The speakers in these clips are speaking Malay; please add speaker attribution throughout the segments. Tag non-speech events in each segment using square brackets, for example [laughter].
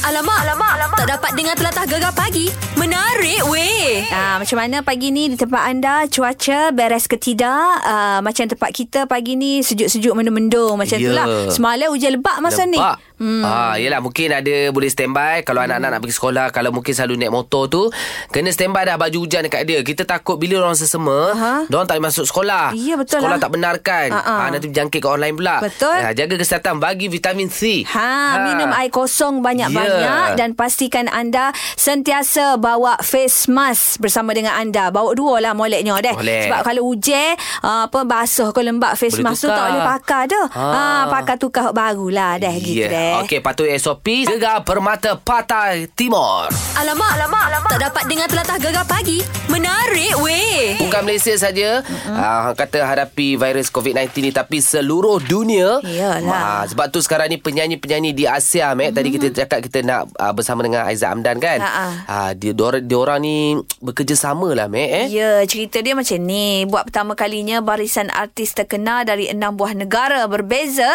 Speaker 1: Alamak, alamak, alamak. Tak dapat dengar telatah gegar pagi. Menarik weh.
Speaker 2: Ah, macam mana pagi ni di tempat anda cuaca beres ke tidak? Ah, macam tempat kita pagi ni sejuk-sejuk mendung-mendung macam
Speaker 3: Ya.
Speaker 2: yeah. itulah. Semalam hujan lebat masa ni. Hmm.
Speaker 3: Lepak. Hmm. Ah, yelah mungkin ada boleh standby kalau anak-anak nak pergi sekolah kalau mungkin selalu naik motor tu kena standby dah baju hujan dekat dia. Kita takut bila orang sesama,
Speaker 2: Aha.
Speaker 3: uh-huh. tak boleh masuk sekolah.
Speaker 2: Ya, betul
Speaker 3: sekolah
Speaker 2: lah.
Speaker 3: tak benarkan.
Speaker 2: Ha-ha.
Speaker 3: Ah, nanti berjangkit ke online pula.
Speaker 2: Betul.
Speaker 3: Ah, jaga kesihatan bagi vitamin C. Ah.
Speaker 2: Ha, ha, minum air kosong banyak-banyak
Speaker 3: Ya.
Speaker 2: dan pastikan anda sentiasa bawa face mask bersama dengan anda. Bawa dua lah moleknya deh.
Speaker 3: Molek.
Speaker 2: Sebab kalau hujan uh, apa basuh ke lembab face
Speaker 3: Boleh
Speaker 2: mask tu tak
Speaker 3: tukar.
Speaker 2: boleh pakai dah. Ha,
Speaker 3: Ha.
Speaker 2: pakai tukar barulah deh gitu deh.
Speaker 3: Ya, Okey, patuhi SOP Gegar Permata Pantai Timur.
Speaker 1: Alamak, alamak, alamak. Tak dapat dengar telatah gegar pagi. Menarik weh.
Speaker 3: Bukan Malaysia saja uh, kata hadapi virus COVID-19 ni tapi seluruh dunia.
Speaker 2: Iyalah. Mm-hmm.
Speaker 3: Ah, sebab tu sekarang ni penyanyi-penyanyi di Asia Mac tadi kita cakap kita nak uh, bersama dengan Aizat Amdan kan.
Speaker 2: Ha, ha.
Speaker 3: Ah dia diorang, diorang ni bekerjasama lah Mac eh.
Speaker 2: Ya, cerita dia macam ni. Buat pertama kalinya barisan artis terkenal dari enam buah negara berbeza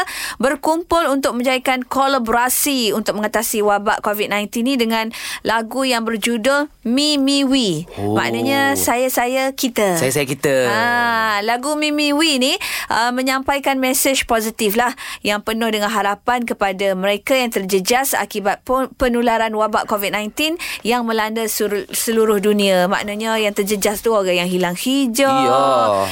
Speaker 2: berkumpul untuk menjayakan kolaborasi untuk mengatasi wabak COVID-19 ni dengan lagu yang berjudul Mi Mi We.
Speaker 3: Oh.
Speaker 2: Maknanya saya saya kita.
Speaker 3: Saya-saya kita.
Speaker 2: Ha, lagu Mimi We ni uh, menyampaikan mesej positif lah yang penuh dengan harapan kepada mereka yang terjejas akibat pon- penularan wabak COVID-19 yang melanda sur- seluruh dunia. Maknanya yang terjejas tu orang yang hilang hijau,
Speaker 3: Ya.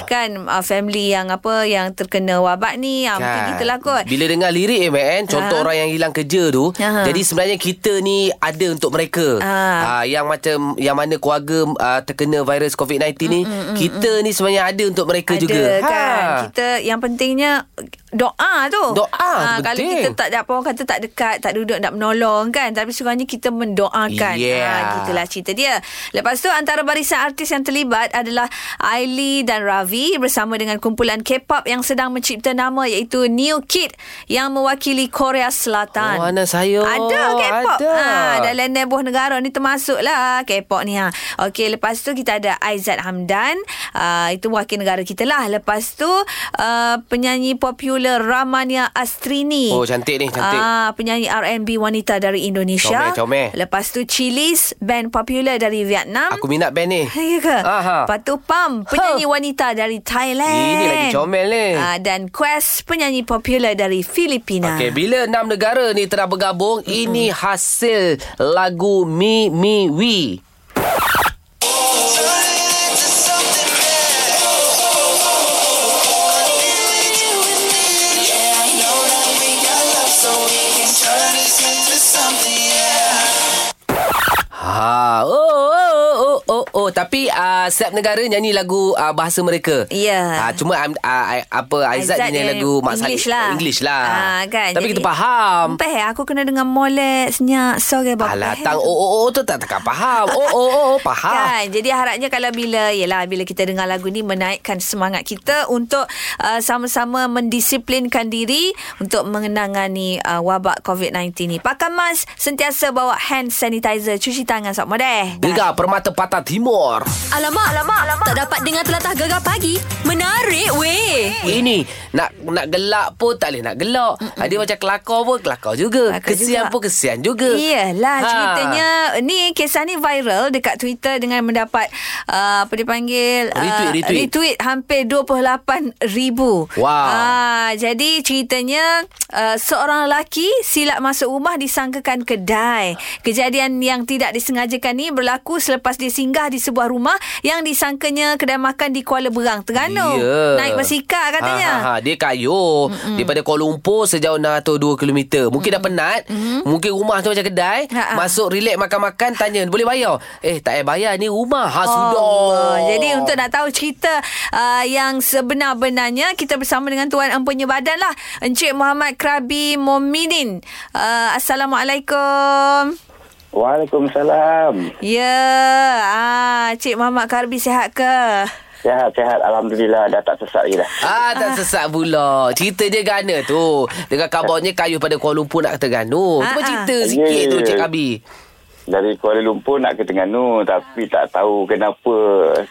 Speaker 2: kan uh, family yang apa yang terkena wabak ni, ha,
Speaker 3: Kan.
Speaker 2: mungkin gitulah kot.
Speaker 3: Ah, Bila dengar lirik eh Mac eh, contoh
Speaker 2: Ha.
Speaker 3: orang yang hilang kerja tu,
Speaker 2: Ha.
Speaker 3: jadi sebenarnya kita ni ada untuk mereka.
Speaker 2: Ha.
Speaker 3: Ah yang macam yang mana keluarga ah, terkena virus COVID-19 ni, kita ni sebenarnya ada untuk mereka
Speaker 2: ada
Speaker 3: juga. Ha.
Speaker 2: kan kita yang pentingnya doa tu
Speaker 3: Doa,
Speaker 2: Ah, kalau
Speaker 3: penting.
Speaker 2: kita tak dapat orang kata tak dekat tak duduk nak menolong kan tapi sekurangnya kita mendoakan Ha,
Speaker 3: Yeah.
Speaker 2: gitulah cerita dia lepas tu antara barisan artis yang terlibat adalah Aili dan Ravi bersama dengan kumpulan K-pop yang sedang mencipta nama iaitu New Kid yang mewakili Korea Selatan
Speaker 3: Oh, anak saya.
Speaker 2: Kan? ada K-pop
Speaker 3: Ada.
Speaker 2: ha, dalam nebuh negara ni termasuklah K-pop ni ha. Okey lepas tu kita ada Aizat Hamdan uh, itu wakil negara kita lah lepas tu uh, penyanyi popular Ramania Astrini
Speaker 3: Oh, cantik ni, cantik.
Speaker 2: Ah, penyanyi R&B wanita dari Indonesia
Speaker 3: Comel, comel.
Speaker 2: lepas tu Chilis band popular dari Vietnam
Speaker 3: Aku minat band ni.
Speaker 2: [laughs] Ya ke?
Speaker 3: Aha.
Speaker 2: Lepas tu Pam, penyanyi wanita dari Thailand.
Speaker 3: Ini lagi comel ni.
Speaker 2: Ah, dan Quest, penyanyi popular dari Filipina.
Speaker 3: Okey, bila enam negara ni telah bergabung, mm-hmm. ini hasil lagu Mi Mi We. Ha, oh, oh, oh, oh, oh, oh. Tapi uh, setiap negara nyanyi lagu uh, bahasa mereka.
Speaker 2: Ya.
Speaker 3: Ah, cuma um, uh, apa
Speaker 2: Aizat
Speaker 3: Aizat, dia
Speaker 2: dia
Speaker 3: nyanyi lagu Mak Salleh.
Speaker 2: English lah.
Speaker 3: English lah.
Speaker 2: Ah, kan?
Speaker 3: Tapi
Speaker 2: Jadi-
Speaker 3: kita faham.
Speaker 2: Peh, aku kena dengar molek, senyap, sore bapak.
Speaker 3: Alah, tang oh, oh, oh tu tak takkan
Speaker 2: [laughs]
Speaker 3: faham. Oh, oh, oh, oh faham.
Speaker 2: Kan Jadi harapnya kalau bila Yelah bila kita dengar lagu ni Menaikkan semangat kita Untuk uh, sama-sama Mendisiplinkan diri Untuk mengenangani uh, Wabak COVID-19 ni Pakai mask Sentiasa bawa hand sanitizer Cuci tangan sama deh
Speaker 3: Gegar Permata Patah Timur.
Speaker 1: Alamak, alamak, alamak. Tak dapat dengar telatah gegar pagi. Menarik weh.
Speaker 3: Ini nak nak gelak pun tak boleh nak gelak. Mm-mm. Dia macam kelakar pun kelakar juga.
Speaker 2: Kelakar
Speaker 3: kesian
Speaker 2: juga.
Speaker 3: pun kesian juga.
Speaker 2: Iyalah
Speaker 3: Ha.
Speaker 2: ha. ceritanya ni kisah ni viral dekat Twitter dengan mendapat uh, apa dipanggil
Speaker 3: Retweet, retweet.
Speaker 2: retweet hampir 28 ribu.
Speaker 3: Wow.
Speaker 2: Ah, jadi ceritanya uh, seorang lelaki silap masuk rumah disangkakan kedai. Kejadian yang tidak disengajakan ni berlaku selepas dia singgah di sebuah rumah yang disangkanya kedai makan di Kuala Berang, Terengganu.
Speaker 3: Ya.
Speaker 2: Naik basikal katanya.
Speaker 3: Ha, ha, ha. Dia kayu mm Daripada Kuala Lumpur Sejauh 602 km Mungkin dah penat mm Mungkin rumah tu macam kedai
Speaker 2: Ha, ha.
Speaker 3: Masuk relax makan-makan Tanya boleh bayar Eh tak payah bayar Ni rumah Ha sudah
Speaker 2: Allah. Jadi untuk nak tahu cerita uh, yang sebenar-benarnya kita bersama dengan tuan empunya badan lah Encik Muhammad Krabi Mominin. Uh, Assalamualaikum.
Speaker 4: Waalaikumsalam.
Speaker 2: Ya, yeah. ah, Cik Muhammad Krabi sihat ke?
Speaker 4: Sehat-sehat. Alhamdulillah dah tak sesak lagi dah.
Speaker 3: Ah
Speaker 2: [laughs]
Speaker 3: tak sesat pula Cerita dia gana tu Dengan kabarnya kayu pada Kuala Lumpur Nak ke Terengganu
Speaker 2: Ha,
Speaker 3: Cuba
Speaker 2: ha.
Speaker 3: cerita sikit
Speaker 4: Ya.
Speaker 3: tu Cik Kabi
Speaker 4: Dari Kuala Lumpur nak ke Terengganu tapi tak tahu kenapa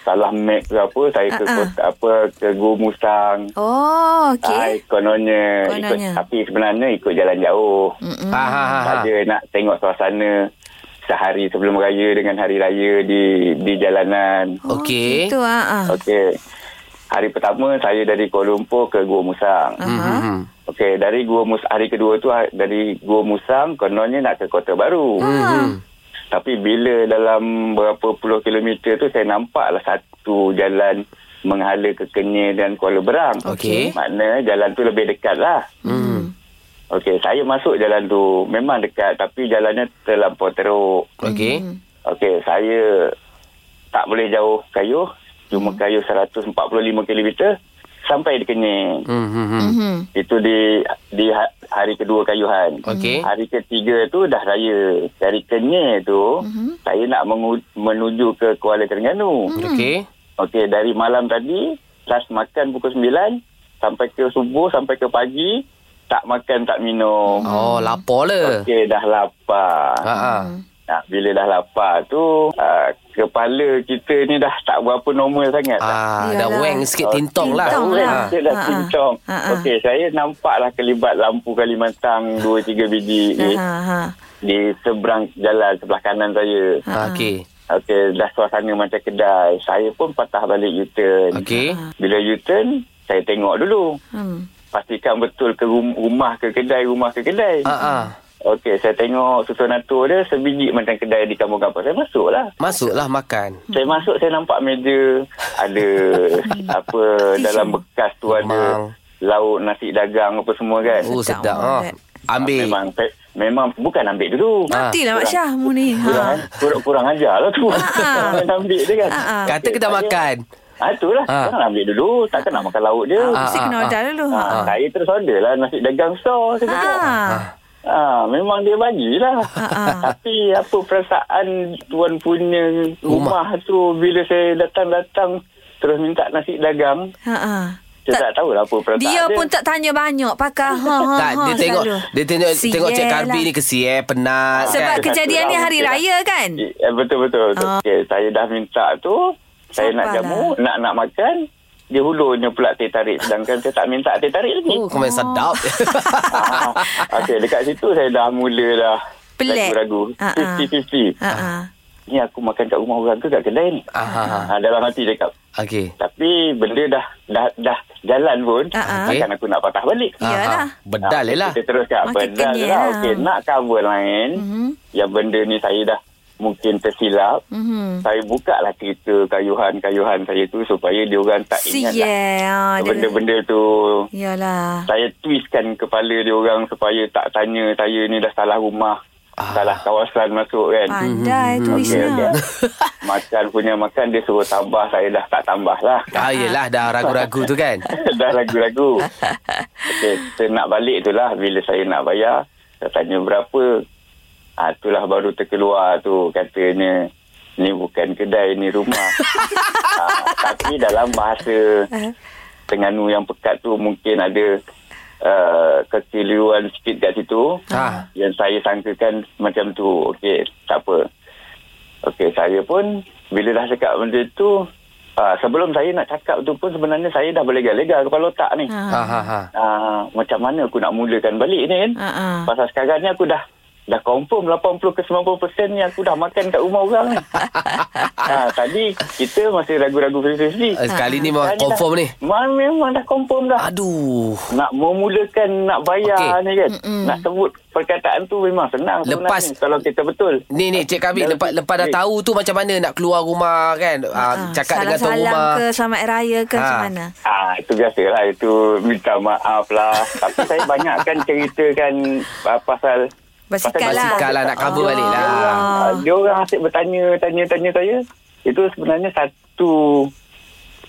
Speaker 4: salah map ke apa saya ke
Speaker 2: Ah, ah.
Speaker 4: kota, apa ke Gua Musang.
Speaker 2: Oh,
Speaker 4: Okay.
Speaker 2: okey.
Speaker 4: kononnya ikut,
Speaker 2: Kononnya.
Speaker 4: tapi sebenarnya ikut jalan jauh.
Speaker 2: Hmm.
Speaker 3: Ha ha ha. ha.
Speaker 4: Saja nak tengok suasana sehari sebelum raya dengan hari raya di di jalanan.
Speaker 3: Okey.
Speaker 2: Itu ah. ah.
Speaker 4: Okey. Hari pertama saya dari Kuala Lumpur ke Gua Musang.
Speaker 3: Mhm.
Speaker 4: Okey, dari Gua Mus hari kedua tu ha- dari Gua Musang kononnya nak ke Kota Baru.
Speaker 2: Ha.
Speaker 4: Hmm. Tapi bila dalam berapa puluh kilometer tu saya nampaklah satu jalan menghala ke Kenyir dan Kuala Berang.
Speaker 3: Okey.
Speaker 4: Makna jalan tu lebih dekat lah. Hmm. Okey, saya masuk jalan tu. Memang dekat tapi jalannya terlampau teruk.
Speaker 3: Okey.
Speaker 2: Hmm,
Speaker 4: Okey, saya tak boleh jauh kayu. Cuma kayu 145 km sampai di Kenyir.
Speaker 3: Mhm.
Speaker 2: Mhm.
Speaker 4: Itu di di ha- hari kedua kayuhan. Hmm.
Speaker 3: Okey.
Speaker 4: Hari ketiga tu dah raya. Dari Kenyir tu, mm-hmm.
Speaker 3: Mhm.
Speaker 4: saya nak mengu- menuju ke Kuala Terengganu.
Speaker 3: Okey.
Speaker 4: Okey, dari malam tadi, kelas makan pukul 9 sampai ke subuh, sampai ke pagi, tak makan, tak
Speaker 2: Hmm.
Speaker 4: minum.
Speaker 3: Oh, lapor le.
Speaker 4: Okey, dah lapar.
Speaker 3: Ha ha.
Speaker 2: Hmm.
Speaker 4: Nah, bila dah lapar tu, uh, kepala kita ni dah tak berapa normal sangat. dah.
Speaker 3: Ah, dah
Speaker 2: Yalah.
Speaker 3: weng sikit tintong lah.
Speaker 2: Tintong
Speaker 4: Orang
Speaker 2: lah.
Speaker 4: Kita dah
Speaker 2: Ha-ha.
Speaker 4: cincong.
Speaker 2: Ha-ha.
Speaker 4: Okey, saya nampaklah kelibat lampu Kalimantan 2-3 biji di,
Speaker 2: Ha ha.
Speaker 4: di seberang jalan sebelah kanan saya.
Speaker 3: Ha. Okey.
Speaker 4: Okey, dah suasana macam kedai. Saya pun patah balik U-turn.
Speaker 2: Ha.
Speaker 3: Okey.
Speaker 4: Bila U-turn, saya tengok dulu.
Speaker 2: Hmm.
Speaker 4: Pastikan betul ke rum- rumah ke kedai, rumah ke kedai.
Speaker 3: Ha ah.
Speaker 4: Okey, saya tengok susun atur dia sebiji macam kedai di kampung-kampung. Saya masuklah.
Speaker 3: Masuklah makan.
Speaker 4: Saya masuk saya nampak meja
Speaker 2: [laughs]
Speaker 4: ada apa dalam bekas tu
Speaker 3: Memang.
Speaker 4: ada lauk nasi dagang apa semua kan.
Speaker 3: Oh,
Speaker 2: Sedap
Speaker 3: sedap.
Speaker 2: orang
Speaker 3: Ha.
Speaker 2: that.
Speaker 3: Ambil. Ah.
Speaker 4: Memang pe- memang bukan ambil dulu.
Speaker 2: Matilah Mak Syah mu ni.
Speaker 4: Kurang,
Speaker 2: Ha.
Speaker 4: kurang, kurang ajar lah tu.
Speaker 2: Ah.
Speaker 4: Jangan [laughs] ambil dia kan.
Speaker 2: Ah, ah.
Speaker 3: Kata kita
Speaker 4: Saya-
Speaker 3: makan.
Speaker 4: Ah, itulah.
Speaker 3: Ah.
Speaker 4: Jangan ambil dulu. Takkan nak makan lauk dia.
Speaker 2: Ah, mesti
Speaker 3: Ah,
Speaker 2: kena
Speaker 3: ah,
Speaker 2: order dulu. Ha.
Speaker 4: Ah, Saya terus order lah nasi dagang store. Saya cakap.
Speaker 2: Ha.
Speaker 4: Ah, memang dia bagilah.
Speaker 2: ah.
Speaker 4: [laughs] Tapi apa perasaan tuan punya
Speaker 3: Rumah.
Speaker 4: rumah, tu bila saya datang-datang terus minta nasi dagang.
Speaker 2: Ha. ha.
Speaker 4: Saya tak, tak tahulah apa perasaan
Speaker 2: Dia pun tak tanya banyak pakar. Ha ha.
Speaker 3: Tak,
Speaker 2: ha,
Speaker 3: dia tengok
Speaker 2: selalu.
Speaker 3: dia tengok tengok Cik
Speaker 2: Sial
Speaker 3: Karbi
Speaker 2: lah.
Speaker 3: ni kesian, eh, penat
Speaker 2: Sebab
Speaker 3: kan.
Speaker 4: ke-
Speaker 2: kejadian ni hari raya kan?
Speaker 4: Eh, betul betul. betul.
Speaker 2: Ah.
Speaker 4: Okey, saya dah minta tu, saya nak
Speaker 2: Sabarlah.
Speaker 4: jamu, nak nak makan, dia hulurnya pula teh tarik sedangkan saya tak minta teh tarik lagi.
Speaker 3: Oh, kau main sedap.
Speaker 4: ah, Okey, dekat situ saya dah mula dah
Speaker 2: Pelik.
Speaker 4: ragu-ragu.
Speaker 2: Ah, ah.
Speaker 4: 50-50.
Speaker 2: Ha ha.
Speaker 4: Ni aku makan kat rumah orang ke kat kedai ni?
Speaker 3: [laughs] Ah, ah.
Speaker 4: Ah, dalam hati cakap.
Speaker 3: Okey.
Speaker 4: Tapi benda dah dah dah jalan pun,
Speaker 2: Ah, ah.
Speaker 4: takkan aku nak patah balik.
Speaker 3: Ah, ah.
Speaker 2: Iyalah.
Speaker 3: Bedal je lah.
Speaker 4: Kita teruskan.
Speaker 2: Makin
Speaker 4: Bedal je
Speaker 2: kenyal
Speaker 4: lah.
Speaker 2: lah.
Speaker 4: Okey, nak cover lain. Mm-hmm. Yang benda ni saya dah mungkin tersilap.
Speaker 2: Mhm.
Speaker 4: Saya buka lah cerita kayuhan-kayuhan saya tu supaya dia orang tak
Speaker 2: Sial.
Speaker 4: ingat lah
Speaker 2: ya. ah, dia-
Speaker 4: benda-benda tu.
Speaker 2: Yalah.
Speaker 4: Saya twistkan kepala dia orang supaya tak tanya saya ni dah salah rumah. Ah. Salah kawasan masuk kan.
Speaker 2: Ah, Pandai
Speaker 3: Mhm,
Speaker 2: tu Ha.
Speaker 4: Okey,
Speaker 2: Isna.
Speaker 4: okey. makan punya makan dia suruh tambah. Saya dah tak tambah lah. [laughs]
Speaker 3: Ah, yelah dah ragu-ragu tu kan.
Speaker 4: dah ragu-ragu. Okay, saya nak balik tu lah bila saya nak bayar. Saya tanya berapa. Ah, itulah baru terkeluar tu katanya. Ni bukan kedai, ni rumah. ah, tapi dalam bahasa Tengganu yang pekat tu mungkin ada uh, kekeliruan sikit kat situ.
Speaker 3: Ah.
Speaker 4: Yang saya sangkakan macam tu. Okey, tak apa. Okey, saya pun bila dah cakap benda tu, uh, sebelum saya nak cakap tu pun sebenarnya saya dah berlega-lega kepala otak ni.
Speaker 2: Ha.
Speaker 3: Ha ha ha.
Speaker 4: Uh, macam mana aku nak mulakan balik ni kan?
Speaker 2: Ha, ha.
Speaker 4: Pasal sekarang ni aku dah dah confirm 80 ke 90% ni aku dah makan kat rumah orang ni. ha, tadi kita masih ragu-ragu Ah,
Speaker 3: Eh,
Speaker 4: fifty-fifty.
Speaker 3: Sekali ni memang confirm ni.
Speaker 4: Memang, lah. memang dah confirm dah.
Speaker 3: Aduh.
Speaker 4: Nak memulakan nak bayar
Speaker 3: Okey.
Speaker 4: okay. ni kan. Mm-mm. Nak sebut perkataan tu memang senang
Speaker 3: Lepas-
Speaker 4: sebenarnya kalau kita betul.
Speaker 3: Ni ni Cik Kabi
Speaker 4: Dalam-
Speaker 3: lepas lepas dah tahu tu macam mana nak keluar rumah kan. Ah, cakap dengan tuan
Speaker 2: Ha. Salam-salam
Speaker 3: rumah.
Speaker 2: ke selamat raya ke
Speaker 3: Ha.
Speaker 2: macam mana?
Speaker 4: Ah itu biasalah itu minta maaf lah. Tapi saya banyak kan ceritakan ah, pasal
Speaker 2: Basikal lah.
Speaker 3: Basikal lah, nak cover balik lah.
Speaker 4: Dia orang, ah, dia orang asyik bertanya tanya tanya saya. Itu sebenarnya satu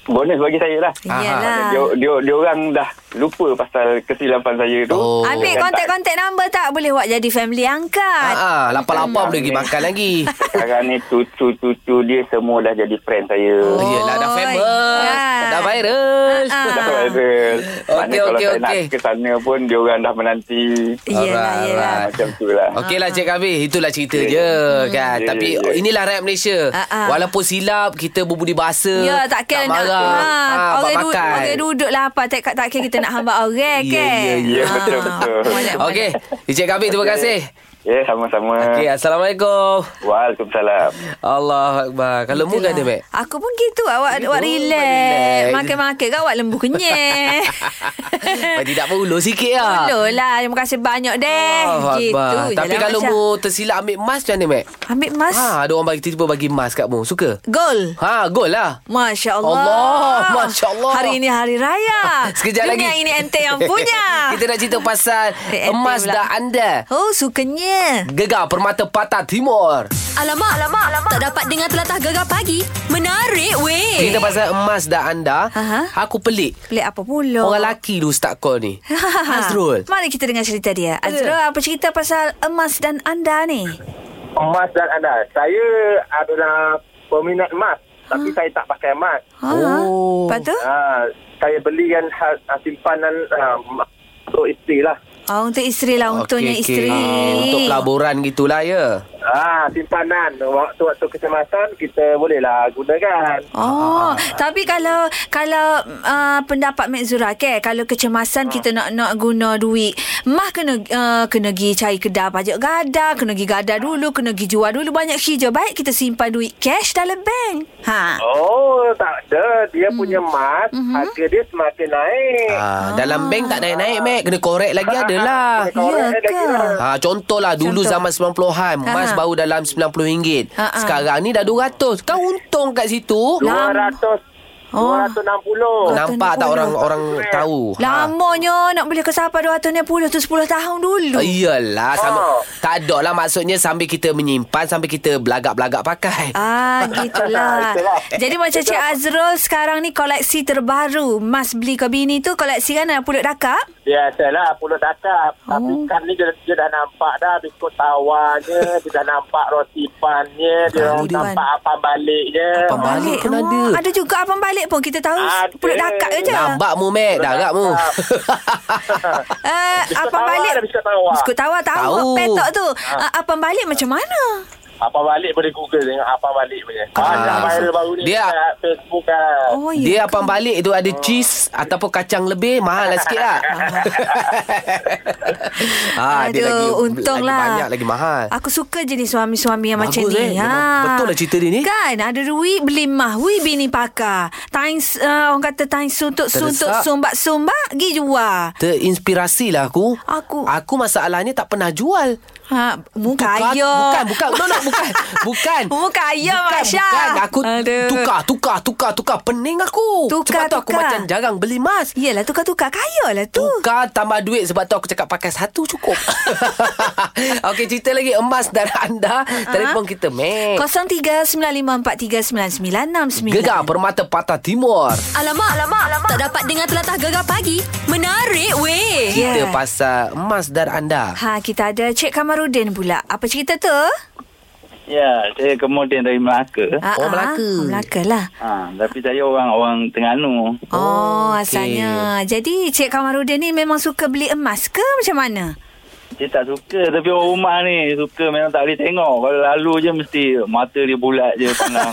Speaker 4: bonus bagi saya lah.
Speaker 3: Ah,
Speaker 2: Yalah.
Speaker 4: Dia, dia, dia orang dah lupa pasal kesilapan saya tu.
Speaker 3: Oh.
Speaker 2: Ambil kontak-kontak number tak? Boleh awak jadi family angkat.
Speaker 3: Ah, ah, lapar-lapar boleh pergi makan lagi.
Speaker 4: [laughs]
Speaker 2: [laughs]
Speaker 4: Sekarang ni cucu-cucu dia semua dah jadi friend saya.
Speaker 3: Oh, yelah, dah famous.
Speaker 2: Kan.
Speaker 3: Dah viral.
Speaker 2: Ah, ah.
Speaker 4: Dah viral.
Speaker 3: Okey,
Speaker 4: Maknanya kalau
Speaker 3: okey,
Speaker 4: saya nak
Speaker 3: okey.
Speaker 4: ke sana pun dia orang dah menanti.
Speaker 2: Yelah,
Speaker 3: Alright,
Speaker 2: yelah.
Speaker 3: alright.
Speaker 4: Macam tu lah.
Speaker 3: Okey lah Cik Kavi Itulah cerita
Speaker 4: Ya.
Speaker 3: je kan
Speaker 4: Ya,
Speaker 3: Tapi
Speaker 4: ya, ya.
Speaker 3: inilah rap Malaysia
Speaker 2: Ah, ah.
Speaker 3: Walaupun silap Kita berbudi bahasa
Speaker 2: Ya, tak
Speaker 3: Tak
Speaker 2: kira nak
Speaker 3: marah
Speaker 2: ha,
Speaker 3: ha,
Speaker 2: orang,
Speaker 3: Orang
Speaker 2: du-
Speaker 3: makan
Speaker 2: orang duduk lah apa tak, tak kira kita nak hamba orang
Speaker 3: [laughs] Ya,
Speaker 2: kan.
Speaker 3: ya,
Speaker 4: ya, betul,
Speaker 2: Ah,
Speaker 4: betul.
Speaker 2: molek, molek.
Speaker 3: Okey Eh, Cik Kavi terima kasih
Speaker 4: Ya, sama-sama.
Speaker 3: Okey Assalamualaikum
Speaker 4: Waalaikumsalam.
Speaker 3: Allah Akbar Kalau mu kan dia Mek
Speaker 2: Aku pun gitu Awak,
Speaker 3: Gitu,
Speaker 2: awak relax
Speaker 3: relax.
Speaker 2: Makan-makan kan awak lembu kenyek
Speaker 3: [laughs]
Speaker 2: [laughs]
Speaker 3: Paling tidak pun ulur sikit lah
Speaker 2: Belum lah Terima kasih banyak deh
Speaker 3: Allah
Speaker 2: Eh, Gitu
Speaker 3: Akbar.
Speaker 2: je
Speaker 3: Oh, Tapi
Speaker 2: lah,
Speaker 3: kalau
Speaker 2: Masya.
Speaker 3: mu tersilap ambil emas macam mana Mek?
Speaker 2: Ambil mas
Speaker 3: Ha, ada orang bagi tiba-tiba bagi emas kat mu Suka?
Speaker 2: Gol
Speaker 3: Ha, gol lah
Speaker 2: Masya Allah.
Speaker 3: Allah, Masya Allah.
Speaker 2: Hari ini hari raya.
Speaker 3: [laughs] Sekejap lagi
Speaker 2: Dunia ini ente
Speaker 3: [laughs]
Speaker 2: yang punya.
Speaker 3: Kita nak cerita pasal
Speaker 2: Eh, ente
Speaker 3: Emas
Speaker 2: pula.
Speaker 3: dah anda
Speaker 2: Oh, sukanya.
Speaker 3: Gegar Permata Patah
Speaker 2: Eh.
Speaker 3: Timur.
Speaker 1: Alamak, alamak, alamak. Tak dapat dengar telatah gegar pagi. Menarik weh.
Speaker 3: Cerita pasal emas dah anda.
Speaker 2: Aha. Oh.
Speaker 3: Aku pelik.
Speaker 2: Pelik apa pula?
Speaker 3: Orang lelaki dulu start
Speaker 2: [laughs]
Speaker 3: call ni. [laughs] Azrul.
Speaker 2: Mari kita dengar cerita dia. Azrul, apa cerita pasal emas dan anda ni?
Speaker 5: Emas dan anda. Saya adalah peminat emas. Tapi
Speaker 2: Ah.
Speaker 5: saya tak pakai emas.
Speaker 2: Ha?
Speaker 3: Oh.
Speaker 2: Lepas tu?
Speaker 5: Ha, saya belikan ha, ha, simpanan ha, emas untuk isteri lah.
Speaker 2: Oh, untuk isteri lah. Untungnya
Speaker 3: Okey, okey.
Speaker 2: isteri.
Speaker 3: Ah, untuk pelaburan gitulah ya.
Speaker 5: Ha, simpanan. Waktu-waktu kecemasan, kita bolehlah gunakan.
Speaker 3: Ah,
Speaker 2: Oh, tapi kalau kalau uh, pendapat Mek Zura ke, kalau kecemasan kita nak nak guna duit, mah kena uh, kena gi cari kedai pajak gada, kena gi gada dulu, kena gi jual dulu banyak hijau. Baik kita simpan duit cash dalam bank. Ha.
Speaker 5: Oh, tak ada. Dia
Speaker 2: Hmm.
Speaker 5: punya emas,
Speaker 2: Mhm.
Speaker 5: harga dia semakin naik.
Speaker 3: Ah, dalam bank tak naik-naik, Mac. Kena korek lagi adalah.
Speaker 5: Kena korek
Speaker 2: ya
Speaker 5: lagi
Speaker 2: ke?
Speaker 5: lah.
Speaker 3: Ha, contohlah dulu
Speaker 2: Contoh.
Speaker 3: zaman 90-an Emas
Speaker 2: Aha.
Speaker 3: baru dalam RM90
Speaker 2: Ha, Lah, ha.
Speaker 3: Sekarang ni dah RM200 Kau untung kat situ
Speaker 2: Lama.
Speaker 5: 200,
Speaker 2: Oh.
Speaker 5: 260.
Speaker 3: Nampak
Speaker 2: RM260.
Speaker 3: tak orang orang tahu Ha.
Speaker 2: Lamanya nak beli kesapa 260 tu 10 tahun
Speaker 3: Ah,
Speaker 2: dulu.
Speaker 3: Iyalah sama,
Speaker 5: Ah.
Speaker 3: Tak ada lah maksudnya Sambil kita menyimpan Sampai kita belagak-belagak pakai
Speaker 5: [laughs]
Speaker 2: Ah, gitulah.
Speaker 5: Itulah.
Speaker 2: Jadi macam Cik Azrul sekarang ni koleksi terbaru. Mas beli ke bini tu koleksi kan pulut dakap?
Speaker 5: Biasalah pulut dakap. Oh. Tapi kan ni dia, dia dah nampak dah biskut tawarnya, dia dah nampak roti pannya, dia
Speaker 2: Tahu
Speaker 5: dah
Speaker 2: dia.
Speaker 5: nampak apam baliknya.
Speaker 3: Apam balik pun ada.
Speaker 2: Oh, Ada juga abang balik pun. Kita tahu
Speaker 5: Ada.
Speaker 2: pulut dakak ke je.
Speaker 3: Nampak mu Mac Darat mu [laughs]
Speaker 2: Uh,
Speaker 5: Biskut
Speaker 2: abang
Speaker 5: tawar
Speaker 2: balik.
Speaker 5: ada biskut Ah. tawar.
Speaker 2: Biskut tawar tahu.
Speaker 3: Tahu.
Speaker 2: Petok tu. Uh, abang balik macam mana?
Speaker 5: Ah. Apam balik boleh google tengok apam balik punya. Ah, dah viral baru ni
Speaker 3: Dia-
Speaker 5: kat Facebook kan.
Speaker 2: Oh, ya.
Speaker 3: Dia apam balik tu ada cheese Ataupun kacang lebih Mahal lah sikit lah [laughs] ha, Dia lagi
Speaker 2: Aduh, untunglah.
Speaker 3: Lagi banyak lagi mahal
Speaker 2: Aku suka jenis suami-suami yang
Speaker 3: Bagus,
Speaker 2: macam ni. ha.
Speaker 3: eh. Betul lah cerita dia ni.
Speaker 2: Kan, ada duit beli mah. Hui bini pakar. Tain, uh, orang kata tain suntuk-suntuk,
Speaker 3: Terdesak.
Speaker 2: sumbat-sumbat, gi jual.
Speaker 3: Terinspirasi lah aku
Speaker 2: Aku-
Speaker 3: Aku masalahnya tak pernah jual
Speaker 2: Ha, mu kaya.
Speaker 3: Bukan, bukan. No, no, bukan.
Speaker 2: [laughs]
Speaker 3: Bukan.
Speaker 2: Mu kaya,
Speaker 3: bukan,
Speaker 2: Masya.
Speaker 3: bukan. Aku
Speaker 2: Aduh.
Speaker 3: tukar, tukar, tukar, tukar. Pening aku.
Speaker 2: Tukar,
Speaker 3: sebab tu aku
Speaker 2: tukar.
Speaker 3: macam jarang beli emas.
Speaker 2: Yelah, tukar-tukar. Kaya lah tu.
Speaker 3: Tukar tambah duit sebab tu aku cakap pakai satu
Speaker 2: [laughs]
Speaker 3: cukup. Okey, cerita lagi emas dan anda. Telefon kita, Mac.
Speaker 2: 0395439969.
Speaker 3: Gegar Permata Patah Timur.
Speaker 1: Alamak, alamak, alamak. Tak dapat dengar telatah gegar pagi. Menarik weh.
Speaker 3: Cerita
Speaker 2: Yeah.
Speaker 3: pasal emas dan anda.
Speaker 2: [laughs] Ha, kita ada Cik Kamarudin pula. Apa cerita tu?
Speaker 6: Ya, saya kemudian dari Melaka.
Speaker 2: Ha, ha,
Speaker 3: Orang Melaka.
Speaker 2: orang Melaka lah.
Speaker 5: Ah.
Speaker 6: Ha, tapi saya orang orang Terengganu.
Speaker 2: Oh,
Speaker 3: okey.
Speaker 2: asalnya. Jadi Cik Kamarudin ni memang suka beli emas ke macam mana?
Speaker 6: Dia tak suka tapi orang rumah ni suka memang tak boleh tengok. Kalau lalu je mesti mata dia bulat je pandang.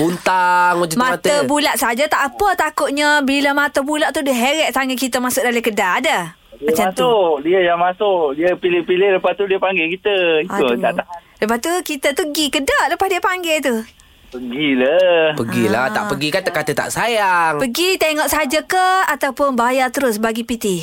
Speaker 3: Buntang macam tu mata.
Speaker 2: Mata bulat saja tak apa takutnya bila mata bulat tu dia heret tangan kita masuk dalam kedai ada.
Speaker 6: Dia
Speaker 2: macam tu.
Speaker 6: masuk, dia yang masuk. Dia pilih-pilih lepas tu dia panggil kita. Itu
Speaker 2: Aduh.
Speaker 6: tak tahan.
Speaker 2: Lepas tu kita tu pergi kedai lepas dia panggil tu.
Speaker 6: Pergilah.
Speaker 3: Pergilah. Tak pergi kan kata tak sayang.
Speaker 2: Ah. Pergi tengok saja ke ataupun bayar terus bagi piti.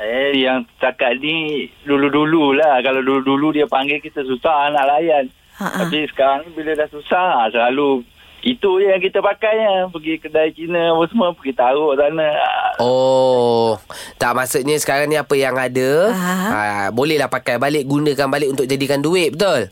Speaker 6: Eh, yang setakat ni dulu-dulu lah. Kalau dulu-dulu dia panggil kita susah nak layan.
Speaker 2: Ha-ha.
Speaker 6: Tapi sekarang ni bila dah susah, ha, selalu itu je yang kita pakainya. Pergi kedai Cina apa semua, pergi taruh sana. Ha,
Speaker 3: Oh, tak maksudnya sekarang ni apa yang ada,
Speaker 2: Ah.
Speaker 3: ah, bolehlah pakai balik, gunakan balik untuk jadikan duit, betul?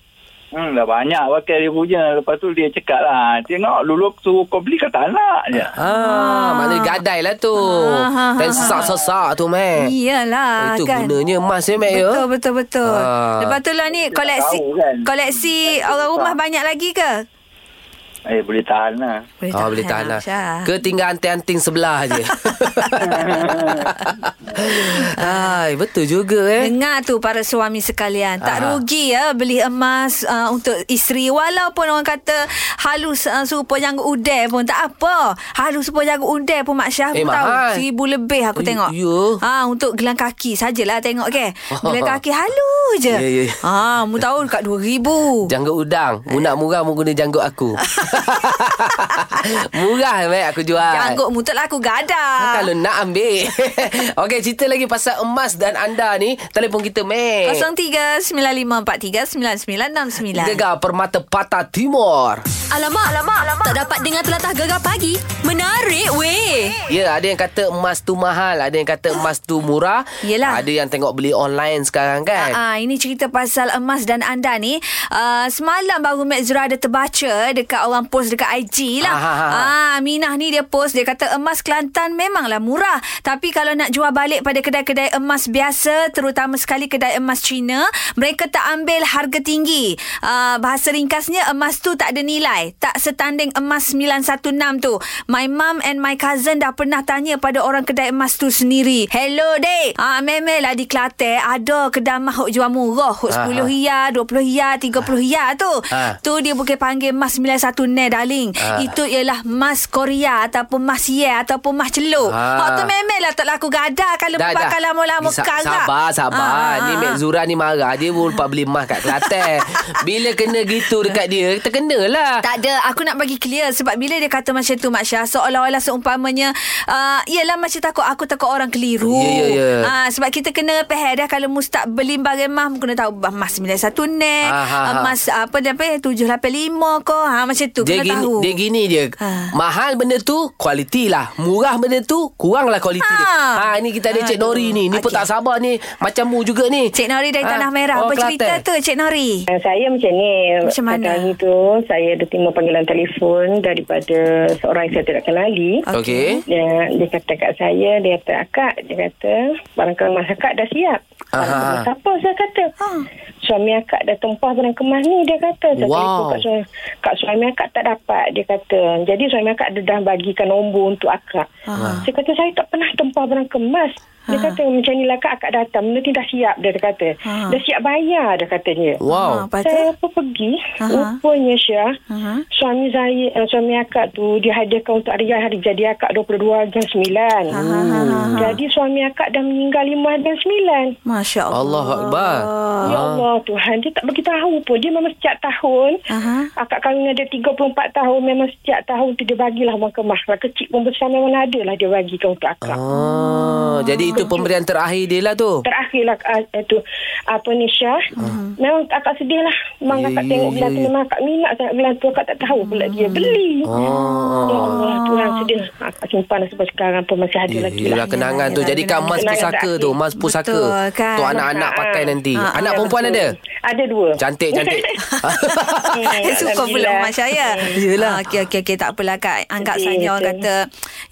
Speaker 6: Hmm, dah banyak pakai dia punya. Lepas tu dia cakap lah. Tengok dulu aku suruh kau beli kau tak nak je.
Speaker 3: Ah, maknanya gadai lah tu.
Speaker 2: Ah, ah,
Speaker 3: Dan sesak-sesak tu, Mac.
Speaker 2: Iyalah
Speaker 3: Eh. Oh, Itu
Speaker 2: kan.
Speaker 3: gunanya emas ya, Mac ya.
Speaker 2: Betul, betul, betul.
Speaker 3: Ah.
Speaker 2: Lepas tu lah ni koleksi
Speaker 6: tahu kan.
Speaker 2: koleksi orang rumah banyak lagi ke?
Speaker 6: Eh, boleh tahan lah.
Speaker 3: Boleh tahan, oh, boleh tahan lah. Ke tinggal anting-anting
Speaker 2: [laughs]
Speaker 3: sebelah je. Hai, betul juga eh.
Speaker 2: Dengar tu para suami sekalian Tak
Speaker 3: Aha.
Speaker 2: rugi ya Beli emas uh, Untuk isteri Walaupun orang kata Halus uh, serupa janggut udai pun Tak apa Halus serupa janggut udai pun Mak Syah
Speaker 3: Eh,
Speaker 2: eh, tahu
Speaker 3: mahal.
Speaker 2: Seribu lebih aku
Speaker 3: Eh,
Speaker 2: tengok
Speaker 3: ya.
Speaker 2: ha, Untuk gelang kaki sajalah tengok ke Gelang
Speaker 3: [laughs]
Speaker 2: kaki halus je
Speaker 3: Ya, ya, ya.
Speaker 2: ha, Mu tahu dekat dua ribu
Speaker 3: Janggut udang.
Speaker 2: Eh.
Speaker 3: Mu nak murah, mu guna janggut
Speaker 2: [laughs]
Speaker 3: aku. murah, Mac, aku jual.
Speaker 2: Janggut mu tu lah aku
Speaker 3: Ah,
Speaker 2: gadah
Speaker 3: Kalau nak ambil [laughs] Okey cerita lagi pasal emas dan anda ni Telefon kita meh
Speaker 2: 0395439969
Speaker 3: Gegar Permata Patah Timur
Speaker 1: Alamak, alamak, alamak. Tak dapat dengar telatah gegar pagi. Menarik weh.
Speaker 3: Ya ada yang kata emas tu mahal Ada yang kata emas tu murah
Speaker 2: Yelah.
Speaker 3: Ada yang tengok beli online sekarang kan
Speaker 2: Ah, ini cerita pasal emas dan anda ni. Uh, semalam baru Mek Zura ada terbaca dekat orang post dekat IG lah.
Speaker 3: Ah,
Speaker 2: Ah,
Speaker 3: ah,
Speaker 2: Minah ni dia post dia kata emas Kelantan memanglah murah. Tapi kalau nak jual balik pada kedai-kedai emas biasa, terutama sekali kedai emas Cina, mereka tak ambil harga tinggi. Uh, bahasa ringkasnya emas tu tak ada nilai. Tak setanding emas 916 tu. My mum and my cousin dah pernah tanya pada orang kedai emas tu sendiri. Hello dek. Ah, memel lah di Kelantan ada kedai emas hok jual murah. Hok
Speaker 3: Ah,
Speaker 2: 10 hia, 20 hia, 30 hia tu.
Speaker 3: Ah.
Speaker 2: Tu dia bukan panggil emas 91 ne darling.
Speaker 3: Ah.
Speaker 2: Itu ialah emas Korea ataupun emas ye ataupun emas celuk.
Speaker 3: Ah.
Speaker 2: Hok tu memel lah tak laku gadah kalau bakal lama-lama Ah,
Speaker 3: Ni sa-
Speaker 2: karak.
Speaker 3: Sabar sabar Ni Mek Zura ni marah Dia pun lupa beli emas kat
Speaker 2: [laughs]
Speaker 3: Kelantan Bila kena gitu dekat dia lah. Kita kenalah
Speaker 2: Tak ada. Aku nak bagi clear sebab bila dia kata macam tu Mak Syah seolah-olah seumpamanya uh, ialah macam takut aku takut orang keliru.
Speaker 3: Ya, ya, ya.
Speaker 2: Ah, sebab kita kena faham dah kalau mustak beli barang mah kena tahu bah, mas 91 nek,
Speaker 3: Ah, ah, ah.
Speaker 2: mas apa dia apa 785 ko. Ha macam tu
Speaker 3: dia
Speaker 2: kena
Speaker 3: gini,
Speaker 2: tahu.
Speaker 3: dia gini je
Speaker 2: Ha.
Speaker 3: Mahal benda tu Kualiti lah Murah benda tu Kuranglah kualiti
Speaker 2: Ha.
Speaker 3: dia ha, Ni kita ada Cik
Speaker 2: Aduh.
Speaker 3: Nori ni Ni pun
Speaker 2: Ah, Okey.
Speaker 3: tak sabar ni Macam mu juga ni
Speaker 2: Cik Nori dari
Speaker 3: Ah,
Speaker 2: Tanah Merah.
Speaker 3: orang
Speaker 2: Apa cerita
Speaker 3: Kelantan.
Speaker 2: tu Cik Nori?
Speaker 7: Uh, Saya macam ni.
Speaker 2: Macam mana?
Speaker 7: Pada hari tu, saya ada terima panggilan telefon daripada seorang yang saya tidak kenali.
Speaker 3: Okey okay.
Speaker 7: Dia, dia kata kat saya, dia kata, akak, dia kata, barang kemas akak dah siap. Barang
Speaker 3: Aha.
Speaker 7: kemas apa saya kata?
Speaker 2: Ha.
Speaker 7: Suami akak dah tempah barang kemas ni, dia kata. Saya
Speaker 3: Wow.
Speaker 7: telefon kat suami, kat suami akak tak dapat, dia kata. Jadi suami akak dia dah bagikan nombor untuk akak.
Speaker 2: Aha. Ha.
Speaker 7: Saya kata, saya tak pernah tempah barang kemas. Dia kata, macam ni lah kak, akak datang. Benda ni dah siap, dia kata.
Speaker 2: Aha.
Speaker 7: Dah siap bayar, dia kata dia.
Speaker 2: Ha,
Speaker 3: Wow
Speaker 2: lepas tu?
Speaker 7: Saya pun pergi
Speaker 2: Aha.
Speaker 7: Rupanya Syah
Speaker 2: Aha.
Speaker 7: Suami saya eh, Suami akak tu Dia hadiahkan untuk hari, hari jadi akak 22 jam 9
Speaker 2: Aha, aha, aha.
Speaker 7: Jadi suami akak dah meninggal 5 jam 9
Speaker 2: Masya Allah.
Speaker 3: Allah Akbar
Speaker 2: Ah.
Speaker 3: Ah.
Speaker 7: Ya Allah Tuhan Dia tak beritahu pun Dia memang setiap tahun
Speaker 2: Aha.
Speaker 7: [laughs] Akak kahwin ada 34 tahun Memang setiap tahun tu Dia bagilah wang kemas Lah kecil pun besar Memang adalah dia bagikan untuk akak
Speaker 3: Ah, jadi itu pemberian terakhir dia lah tu.
Speaker 7: Terakhirlah uh, itu apa ni Syah. Uh-huh. Memang akak sedih lah. Memang
Speaker 3: Ya,
Speaker 7: yeah, akak
Speaker 3: ya,
Speaker 7: tengok
Speaker 3: ya,
Speaker 7: bulan tu
Speaker 3: ya.
Speaker 7: memang akak minat sangat bulan tu akak tak tahu pula dia beli.
Speaker 3: Oh.
Speaker 7: Ya Allah Tuhan sedih. Akak simpan lah sebab sekarang pun masih ada lagi lah.
Speaker 3: Yelah kenangan tu
Speaker 2: yelah,
Speaker 3: Jadikan
Speaker 2: kenangan.
Speaker 3: emas
Speaker 7: Kenangan
Speaker 3: pusaka
Speaker 7: terakhir.
Speaker 3: tu Emas pusaka
Speaker 2: Betul, kan?
Speaker 3: Tu anak-anak
Speaker 7: Ah,
Speaker 3: pakai nanti
Speaker 2: ah,
Speaker 3: Anak
Speaker 7: Ya,
Speaker 3: perempuan
Speaker 7: betul.
Speaker 3: ada?
Speaker 7: Ada dua.
Speaker 3: Cantik cantik [laughs]
Speaker 2: Eh, suka pula rumah
Speaker 7: [laughs]
Speaker 2: saya.
Speaker 3: Yelah.
Speaker 2: Ah, Okey, okey, okey. Tak apalah, Kak. Anggap
Speaker 7: Sedih,
Speaker 2: saja orang
Speaker 7: betul.
Speaker 2: kata,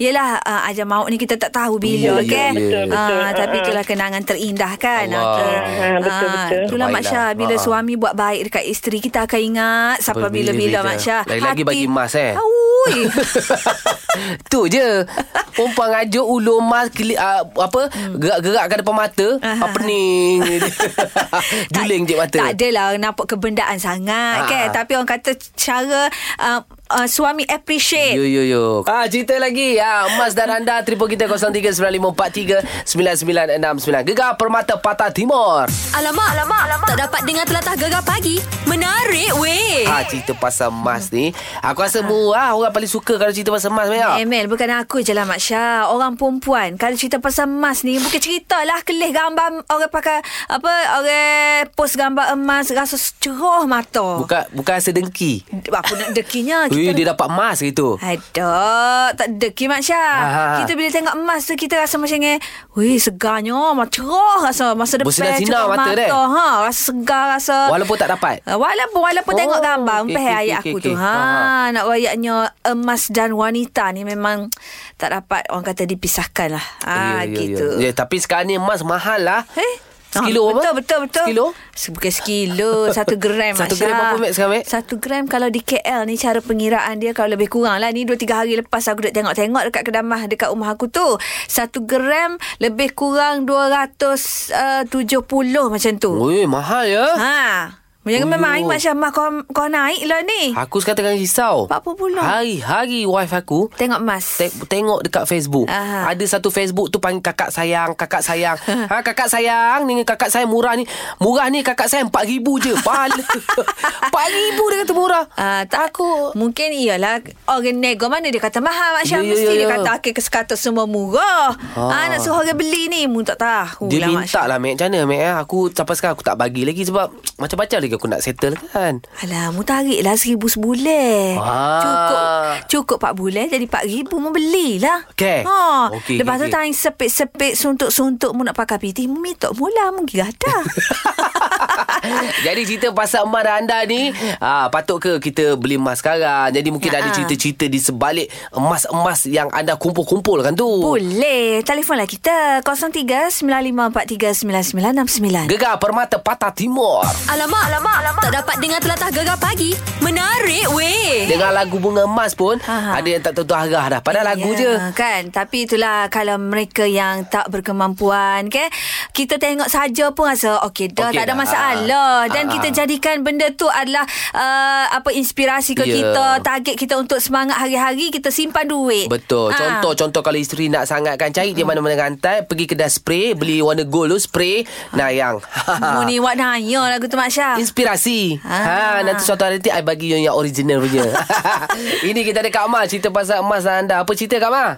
Speaker 2: yelah, uh, ajar maut ni kita tak tahu bila,
Speaker 3: Ya, ya,
Speaker 2: kan?
Speaker 3: betul,
Speaker 7: betul.
Speaker 2: Ah, tapi itulah kenangan terindah, kan?
Speaker 3: Allah.
Speaker 7: Ah, betul, betul.
Speaker 2: Itulah, Mak Syah.
Speaker 3: Baiklah.
Speaker 2: Bila
Speaker 3: Ah.
Speaker 2: suami buat baik dekat isteri, kita akan ingat sampai
Speaker 3: Sampai bila-bila.
Speaker 2: bila-bila, Mak Syah.
Speaker 3: Lagi-lagi
Speaker 2: Hati-
Speaker 3: bagi emas, eh?
Speaker 2: Aui.
Speaker 3: [laughs] Tu je Perempuan ngajuk Ulu emas keli, uh, Apa Gerak-gerak kat depan mata
Speaker 2: Ah.
Speaker 3: Apa ni [laughs] Juling je mata
Speaker 2: Tak adalah nampak kebendaan sangat,
Speaker 3: Ah.
Speaker 2: kan? Tapi orang kata cara... Uh, uh, suami appreciate
Speaker 3: Yo yo yo. Ah cerita lagi. Ah emas dan anda telefon kita 0395439969. Gegar Permata Patah Timur.
Speaker 1: Alamak, alamak, alamak. Tak dapat dengar telatah gegar pagi. Menarik weh.
Speaker 3: Ah cerita pasal emas ni, aku
Speaker 2: Ha.
Speaker 3: rasa murah orang paling suka kalau cerita pasal emas Mel.
Speaker 2: Emel bukan aku je lah Mak Syah Orang perempuan Kalau cerita pasal emas ni Bukan cerita lah Kelih gambar Orang pakai Apa Orang post gambar emas Rasa cerah mata
Speaker 3: Bukan bukan rasa dengki.
Speaker 2: Aku nak dekinya
Speaker 3: Ui, dia dapat emas gitu.
Speaker 2: Aduh, tak ada kimat Syah.
Speaker 3: Ha, ha, ha.
Speaker 2: Kita bila tengok emas tu kita rasa macam ni, weh segarnya, macam cerah rasa masa depan
Speaker 3: Bersinar-sinar mata dia.
Speaker 2: Ha, rasa segar rasa.
Speaker 3: Walaupun tak dapat.
Speaker 2: Ah, Walaupun walaupun
Speaker 3: Oh,
Speaker 2: oh, tengok gambar
Speaker 3: okey,
Speaker 2: okay,
Speaker 3: okey,
Speaker 2: ayat
Speaker 3: okey,
Speaker 2: aku
Speaker 3: okey.
Speaker 2: tu. Ha,
Speaker 3: Ha,
Speaker 2: nak rayaknya emas dan wanita ni memang tak dapat orang kata dipisahkan lah. Ah
Speaker 3: Ya, ya,
Speaker 2: gitu.
Speaker 3: Ya. Ya, tapi sekarang ni emas mahal lah.
Speaker 2: Eh? Ah,
Speaker 3: Sekilo apa?
Speaker 2: Betul, betul, betul.
Speaker 3: Sekilo?
Speaker 2: Se- Bukan sekilo. Satu gram. Mak
Speaker 3: Satu gram
Speaker 2: Syah.
Speaker 3: berapa, Mat, sekarang, Mat?
Speaker 2: Satu gram kalau di KL ni cara pengiraan dia kalau lebih kurang lah. Ni dua tiga hari lepas aku duk tengok-tengok dekat kedamah dekat rumah aku tu. Satu gram lebih kurang 270 macam tu.
Speaker 3: Ui, mahal ya. Ha?
Speaker 2: Ha. Macam
Speaker 3: Oh. Ha.
Speaker 2: memang air Mak Syah, Mak kau, kau naik lah ni.
Speaker 3: Aku sekarang tengah risau.
Speaker 2: Apa pula?
Speaker 3: Hari-hari wife aku
Speaker 2: Tengok mas.
Speaker 3: te- tengok dekat Facebook.
Speaker 2: Aha.
Speaker 3: Ada satu Facebook tu panggil kakak sayang, kakak
Speaker 2: [laughs]
Speaker 3: sayang. ha kakak sayang dengan kakak saya murah ni. Murah ni kakak saya 4000 je. [laughs] Pala. 4000 dia kata murah.
Speaker 2: Ah, tak aku Mungkin iyalah Orang nego mana dia kata mahal Mak Syah
Speaker 3: Ya, ya,
Speaker 2: Mesti
Speaker 3: ya,
Speaker 2: dia
Speaker 3: ya.
Speaker 2: kata Akhir sekata semua murah
Speaker 3: Ah.
Speaker 2: ah. Nak suruh orang beli ni Mu tak tahu
Speaker 3: Dia
Speaker 2: lah, Mak
Speaker 3: minta
Speaker 2: Syah.
Speaker 3: lah Mek Macam mana Mek eh? Aku sampai sekarang Aku tak bagi lagi Sebab macam-macam lagi Aku nak settle kan [laughs]
Speaker 2: Alah mu tarik lah Seribu sebulan
Speaker 3: Ah.
Speaker 2: Cukup Cukup empat bulan Jadi empat ribu Mu belilah
Speaker 3: Okey.
Speaker 2: ha.
Speaker 3: Okey,
Speaker 2: Lepas
Speaker 3: okey,
Speaker 2: tu
Speaker 3: okey.
Speaker 2: tangan sepit-sepit Suntuk-suntuk Mu nak pakai piti Mu minta mula Mu
Speaker 3: [laughs]
Speaker 2: gadah
Speaker 3: Jadi cerita pasal emas dan anda ni ah, Patut ke kita beli emas sekarang Jadi mungkin ada
Speaker 2: Ha-ha.
Speaker 3: cerita-cerita Di sebalik emas-emas Yang anda kumpul-kumpulkan tu
Speaker 2: Boleh Telefonlah kita 03 9543 9969
Speaker 3: Gegar Permata Patah Timur
Speaker 1: Alamak, alamak, alamak. Tak dapat dengar telatah gegar pagi. Menarik
Speaker 2: Eh.
Speaker 1: weh.
Speaker 3: Dengar lagu Bunga Emas pun
Speaker 2: Ha-ha.
Speaker 3: Ada yang tak tentu arah dah Padahal lagu je
Speaker 2: Ha, Ya, kan tapi itulah kalau mereka yang tak berkemampuan kan kita tengok saja pun rasa okey dah okay
Speaker 3: Okey
Speaker 2: tak ada
Speaker 3: dah.
Speaker 2: masalah dan
Speaker 3: Ah,
Speaker 2: kita
Speaker 3: ah.
Speaker 2: jadikan benda tu adalah uh, apa inspirasi ke
Speaker 3: Ya.
Speaker 2: kita target kita untuk semangat hari-hari kita simpan duit
Speaker 3: Betul.
Speaker 2: Ah. Hmm.
Speaker 3: Contoh-contoh kalau isteri nak sangatkan cari dia mana-mana rantai, pergi kedai spray, beli warna gold tu spray,
Speaker 2: Ah.
Speaker 3: nayang. [laughs]
Speaker 2: mu ni wak naya lah lagu tu Mak Syah
Speaker 3: Inspirasi ha.
Speaker 2: Ah.
Speaker 3: Nanti suatu hari nanti I bagi you yang original punya [laughs] Ini kita ada Kak Amar Cerita pasal emas dan anda Apa cerita Kak Amar?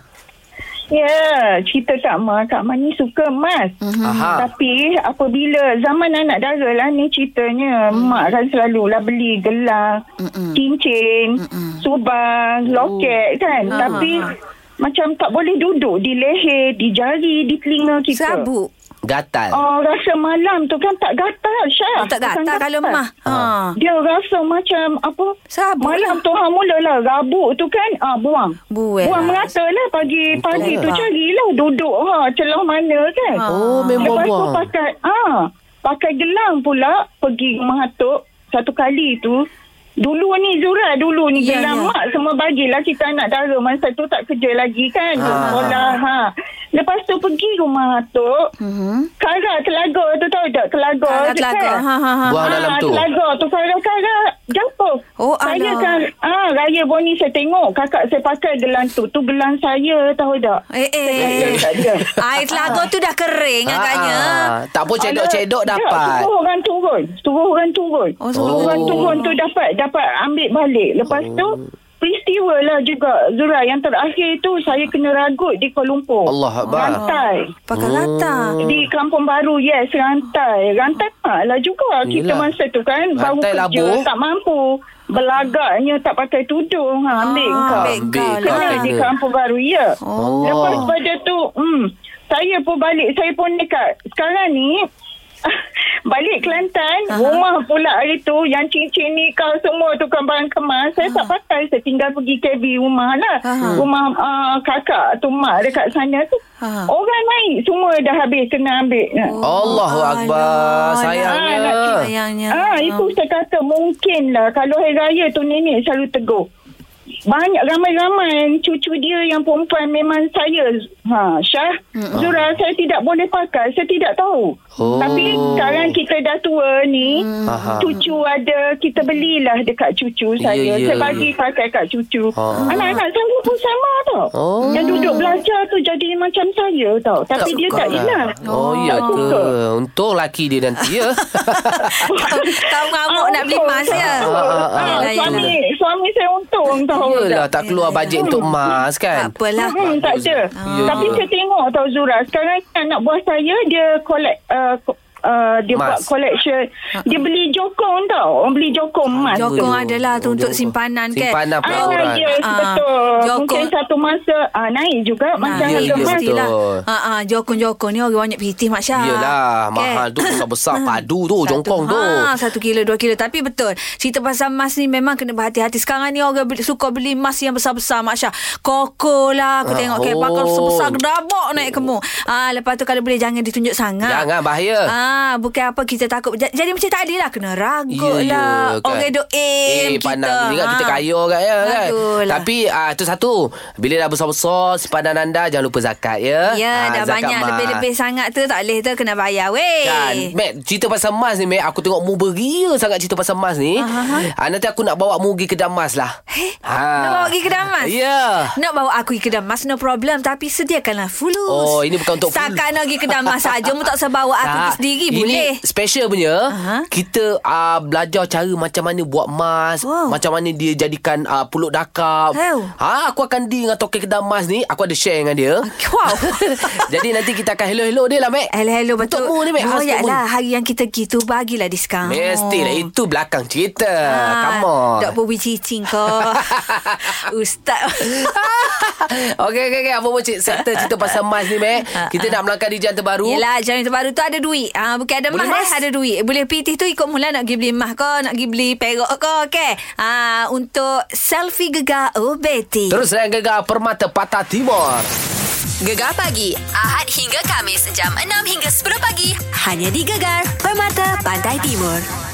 Speaker 8: Ya, cerita Kak Ma. Kak Ma ni suka emas.
Speaker 2: Mhm. Ha.
Speaker 3: Aha.
Speaker 8: Tapi apabila zaman anak dara lah ni ceritanya.
Speaker 2: Hmm.
Speaker 8: Mak kan selalulah beli gelang, cincin, subang,
Speaker 2: Oh.
Speaker 8: loket kan.
Speaker 2: Ha,
Speaker 8: Tapi macam tak boleh duduk di leher, di jari, di telinga kita.
Speaker 2: sabuk
Speaker 3: Gatal
Speaker 8: Oh, rasa malam tu kan tak gatal, Syah.
Speaker 2: oh, tak
Speaker 8: Bukan
Speaker 2: gatal kalau mah
Speaker 3: Ah.
Speaker 2: ha.
Speaker 8: Dia rasa macam apa?
Speaker 2: Sabuk
Speaker 8: Malam
Speaker 2: lah.
Speaker 8: tu ha mulalah rabuk tu kan ah buang.
Speaker 2: Buang.
Speaker 8: Buang merata lah pagi pagi tu
Speaker 2: lah.
Speaker 8: carilah duduk ha celah mana kan.
Speaker 2: Ah.
Speaker 3: Oh memang
Speaker 8: Lepas tu
Speaker 3: buang
Speaker 8: pakai ah pakai gelang pula pergi rumah atuk satu kali tu Dulu ni Zura dulu ni
Speaker 2: Ya,
Speaker 8: yeah, gelang
Speaker 2: ya.
Speaker 8: mak semua bagilah kita anak dara masa tu tak kerja
Speaker 2: Ah.
Speaker 8: lagi kan ha. sekolah ha. Lepas tu pergi rumah atuk
Speaker 2: Mhm.
Speaker 8: Kara Telaga tu tahu tak Telaga
Speaker 2: Kara
Speaker 8: je
Speaker 2: telaga.
Speaker 8: kan?
Speaker 2: Ha, ha, ha.
Speaker 3: Buang
Speaker 8: Ah,
Speaker 3: dalam tu
Speaker 8: Telaga tu kara-kara jatuh.
Speaker 2: Oh,
Speaker 8: saya
Speaker 2: alah.
Speaker 8: kan ah raya boni saya tengok kakak saya pakai gelang tu. Tu gelang saya tahu tak?
Speaker 2: eh eh
Speaker 8: Tak ada.
Speaker 2: air telaga tu dah kering
Speaker 3: kan. Ah,
Speaker 2: agaknya
Speaker 3: ah. Tak pun cedok-cedok
Speaker 8: Alah,
Speaker 3: dapat
Speaker 8: tak, Ya, Suruh orang turun. Suruh orang turun.
Speaker 2: Oh,
Speaker 8: suruh
Speaker 3: suruh Oh.
Speaker 8: orang
Speaker 3: turun.
Speaker 8: turun tu dapat dapat ambil balik. Lepas tu peristiwa lah juga Zura yang terakhir tu saya kena ragut di Kuala Lumpur.
Speaker 3: Allah Akbar
Speaker 8: Rantai.
Speaker 3: Oh.
Speaker 2: pakai latar
Speaker 8: Di Kampung Baru yes rantai rantai mak lah juga kita
Speaker 3: Yelah.
Speaker 8: masa tu kan baru
Speaker 3: Rantai
Speaker 8: kerja
Speaker 3: labu.
Speaker 8: tak mampu belagaknya tak pakai tudung ha ambil
Speaker 2: Ah,
Speaker 8: kau
Speaker 2: ambil kau lah.
Speaker 3: Ambil
Speaker 8: kena
Speaker 3: kau.
Speaker 8: di Kampung Baru ya
Speaker 3: Oh.
Speaker 8: lepas pada tu hmm saya pun balik saya pun dekat sekarang ni [laughs] balik Kelantan
Speaker 2: Aha.
Speaker 8: rumah pula hari tu yang cincin ni kau semua tu kan barang kemas saya tak pakai saya tinggal pergi KB rumah lah
Speaker 2: Aha.
Speaker 8: rumah uh, kakak tu mak dekat sana tu
Speaker 2: Aha. Oh.
Speaker 8: orang naik semua dah habis kena ambil
Speaker 3: Allahu Akbar
Speaker 2: alah.
Speaker 3: Sayangnya
Speaker 2: Sayangnya.
Speaker 8: Ah,
Speaker 2: [laughs]
Speaker 8: itu saya kata mungkin lah kalau hari raya tu nenek selalu tegur. Banyak ramai-ramai cucu dia yang perempuan memang saya ha Syah Zura saya tidak boleh pakai saya tidak tahu.
Speaker 3: Oh.
Speaker 8: Tapi sekarang kita dah tua ni
Speaker 3: Faham.
Speaker 8: cucu ada kita belilah dekat cucu
Speaker 3: Ya,
Speaker 8: saya.
Speaker 3: ya.
Speaker 8: Saya bagi pakai kat cucu.
Speaker 3: Ha.
Speaker 8: Anak-anak saya pun sama tau.
Speaker 3: Oh.
Speaker 8: Yang duduk belajar tu jadi macam saya tau. Tapi dia tak ingat.
Speaker 3: Oh, ya ke
Speaker 8: Tak suka.
Speaker 3: Untung laki dia nanti
Speaker 8: [laughs]
Speaker 3: ya
Speaker 2: Tahu tahu ngamuk
Speaker 8: Ah,
Speaker 2: nak beli
Speaker 8: untung,
Speaker 2: emas ya.
Speaker 8: tak apa.
Speaker 3: Ah, ah,
Speaker 8: Ah,
Speaker 2: Yelah,
Speaker 8: Suami
Speaker 2: yelah.
Speaker 8: Suami saya untung tahu
Speaker 3: Yelah
Speaker 8: tak
Speaker 3: tak keluar bajet untuk emas kan
Speaker 2: Tak apalah.
Speaker 8: Hmm, tak ada
Speaker 3: Ya,
Speaker 8: Tapi
Speaker 3: ya.
Speaker 8: kan saya tengok tau Zura Sekarang ni anak buah saya Dia collect uh, uh, dia
Speaker 3: Mas.
Speaker 8: mas. buat collection.
Speaker 2: Ah.
Speaker 8: Dia beli jokong tau. Orang beli jokong emas. tu.
Speaker 2: Jokong adalah tu untuk simpanan kan?
Speaker 3: Simpanan
Speaker 8: Ah,
Speaker 3: pelaburan.
Speaker 8: yes,
Speaker 2: Ah,
Speaker 8: betul.
Speaker 2: jokong.
Speaker 8: Mungkin satu masa ah, naik juga
Speaker 3: ya,
Speaker 8: macam harga
Speaker 3: ya,
Speaker 8: emas.
Speaker 3: betul.
Speaker 2: Ha ah jokong-jokong ni orang banyak pitih Mak Syah.
Speaker 3: Yelah,
Speaker 2: Kan? Ah.
Speaker 3: mahal tu besar-besar padu tu,
Speaker 2: Satu-
Speaker 3: jongkong tu.
Speaker 2: Ha, satu kilo, dua kilo. Tapi betul. Cerita pasal emas ni memang kena berhati-hati. Sekarang ni orang beli, suka beli emas yang besar-besar, Mak Syah. Koko lah. Aku
Speaker 3: Ah,
Speaker 2: tengok kan.
Speaker 3: oh.
Speaker 2: Bakal sebesar gedabak naik kemu. Ha, lepas tu kalau boleh jangan ditunjuk sangat.
Speaker 3: Jangan bahaya.
Speaker 2: Ah, bukan apa kita takut. Ja- Jadi macam tak adil lah. Kena ragut
Speaker 3: Ya,
Speaker 2: lah.
Speaker 3: ya, kan.
Speaker 2: Orang duk aim
Speaker 3: Eh,
Speaker 2: kita.
Speaker 3: pandang kita, ingat kita
Speaker 2: Ha.
Speaker 3: kaya kan, ya, kan?
Speaker 2: Aduh lah.
Speaker 3: Tapi ah, itu satu. Bila dah besar-besar simpanan anda jangan lupa zakat ya.
Speaker 2: Ya,
Speaker 3: Ah,
Speaker 2: dah
Speaker 3: zakat
Speaker 2: banyak.
Speaker 3: emas.
Speaker 2: Lebih-lebih sangat tu tak boleh tu. Kena bayar. Weh.
Speaker 3: Kan Mac Cerita pasal emas ni Mac Aku tengok mu beria sangat Cerita pasal emas ni ha, Nanti aku nak bawa mu pergi kedai emas lah
Speaker 2: Eh,
Speaker 3: Ha.
Speaker 2: Nak bawa pergi kedai mas?
Speaker 3: Ya yeah.
Speaker 2: Nak bawa aku pergi kedai mas, no problem. Tapi sediakanlah fulus.
Speaker 3: Oh, ini bukan untuk fulus.
Speaker 2: Sakan nak pergi kedai mas saja. Mu tak usah bawa aku pergi sendiri,
Speaker 3: ini
Speaker 2: boleh?
Speaker 3: special punya
Speaker 2: Aha.
Speaker 3: Kita uh, belajar cara macam mana buat emas
Speaker 2: Wow.
Speaker 3: Macam mana dia jadikan uh, pulut dakap
Speaker 2: Oh.
Speaker 3: ha, Aku akan deal dengan token kedai emas ni Aku ada share dengan
Speaker 2: [laughs]
Speaker 3: dia
Speaker 2: Wow.
Speaker 3: [laughs] Jadi nanti kita akan hello-hello dia lah Mac
Speaker 2: Hello, hello. Betul.
Speaker 3: Untuk mu ni Mac
Speaker 2: Oh,
Speaker 3: khas untuk mu.
Speaker 2: lah. Hari yang kita pergi tu, bagilah diskaun.
Speaker 3: Mestilah lah, itu belakang cerita Come on
Speaker 2: Ah. Tak perlu cicing kau. Ustaz.
Speaker 3: [laughs] Okey okey okey apa pun cik sektor cerita pasal emas ni
Speaker 2: [laughs]
Speaker 3: meh. Kita nak melangkah di jalan terbaru.
Speaker 2: Yelah, jalan terbaru tu ada duit. Ah, bukan ada
Speaker 3: Boleh
Speaker 2: mah, eh,
Speaker 3: mas?
Speaker 2: ada duit. Boleh pitih tu ikut mula nak pergi beli mah kau, nak pergi beli perak kau, okey. Ah, untuk selfie gegar oh Betty.
Speaker 3: Terus dengan gegar permata patah timur.
Speaker 1: Gegar pagi Ahad hingga Kamis jam 6 hingga 10 pagi hanya di Gegar Permata Pantai Timur.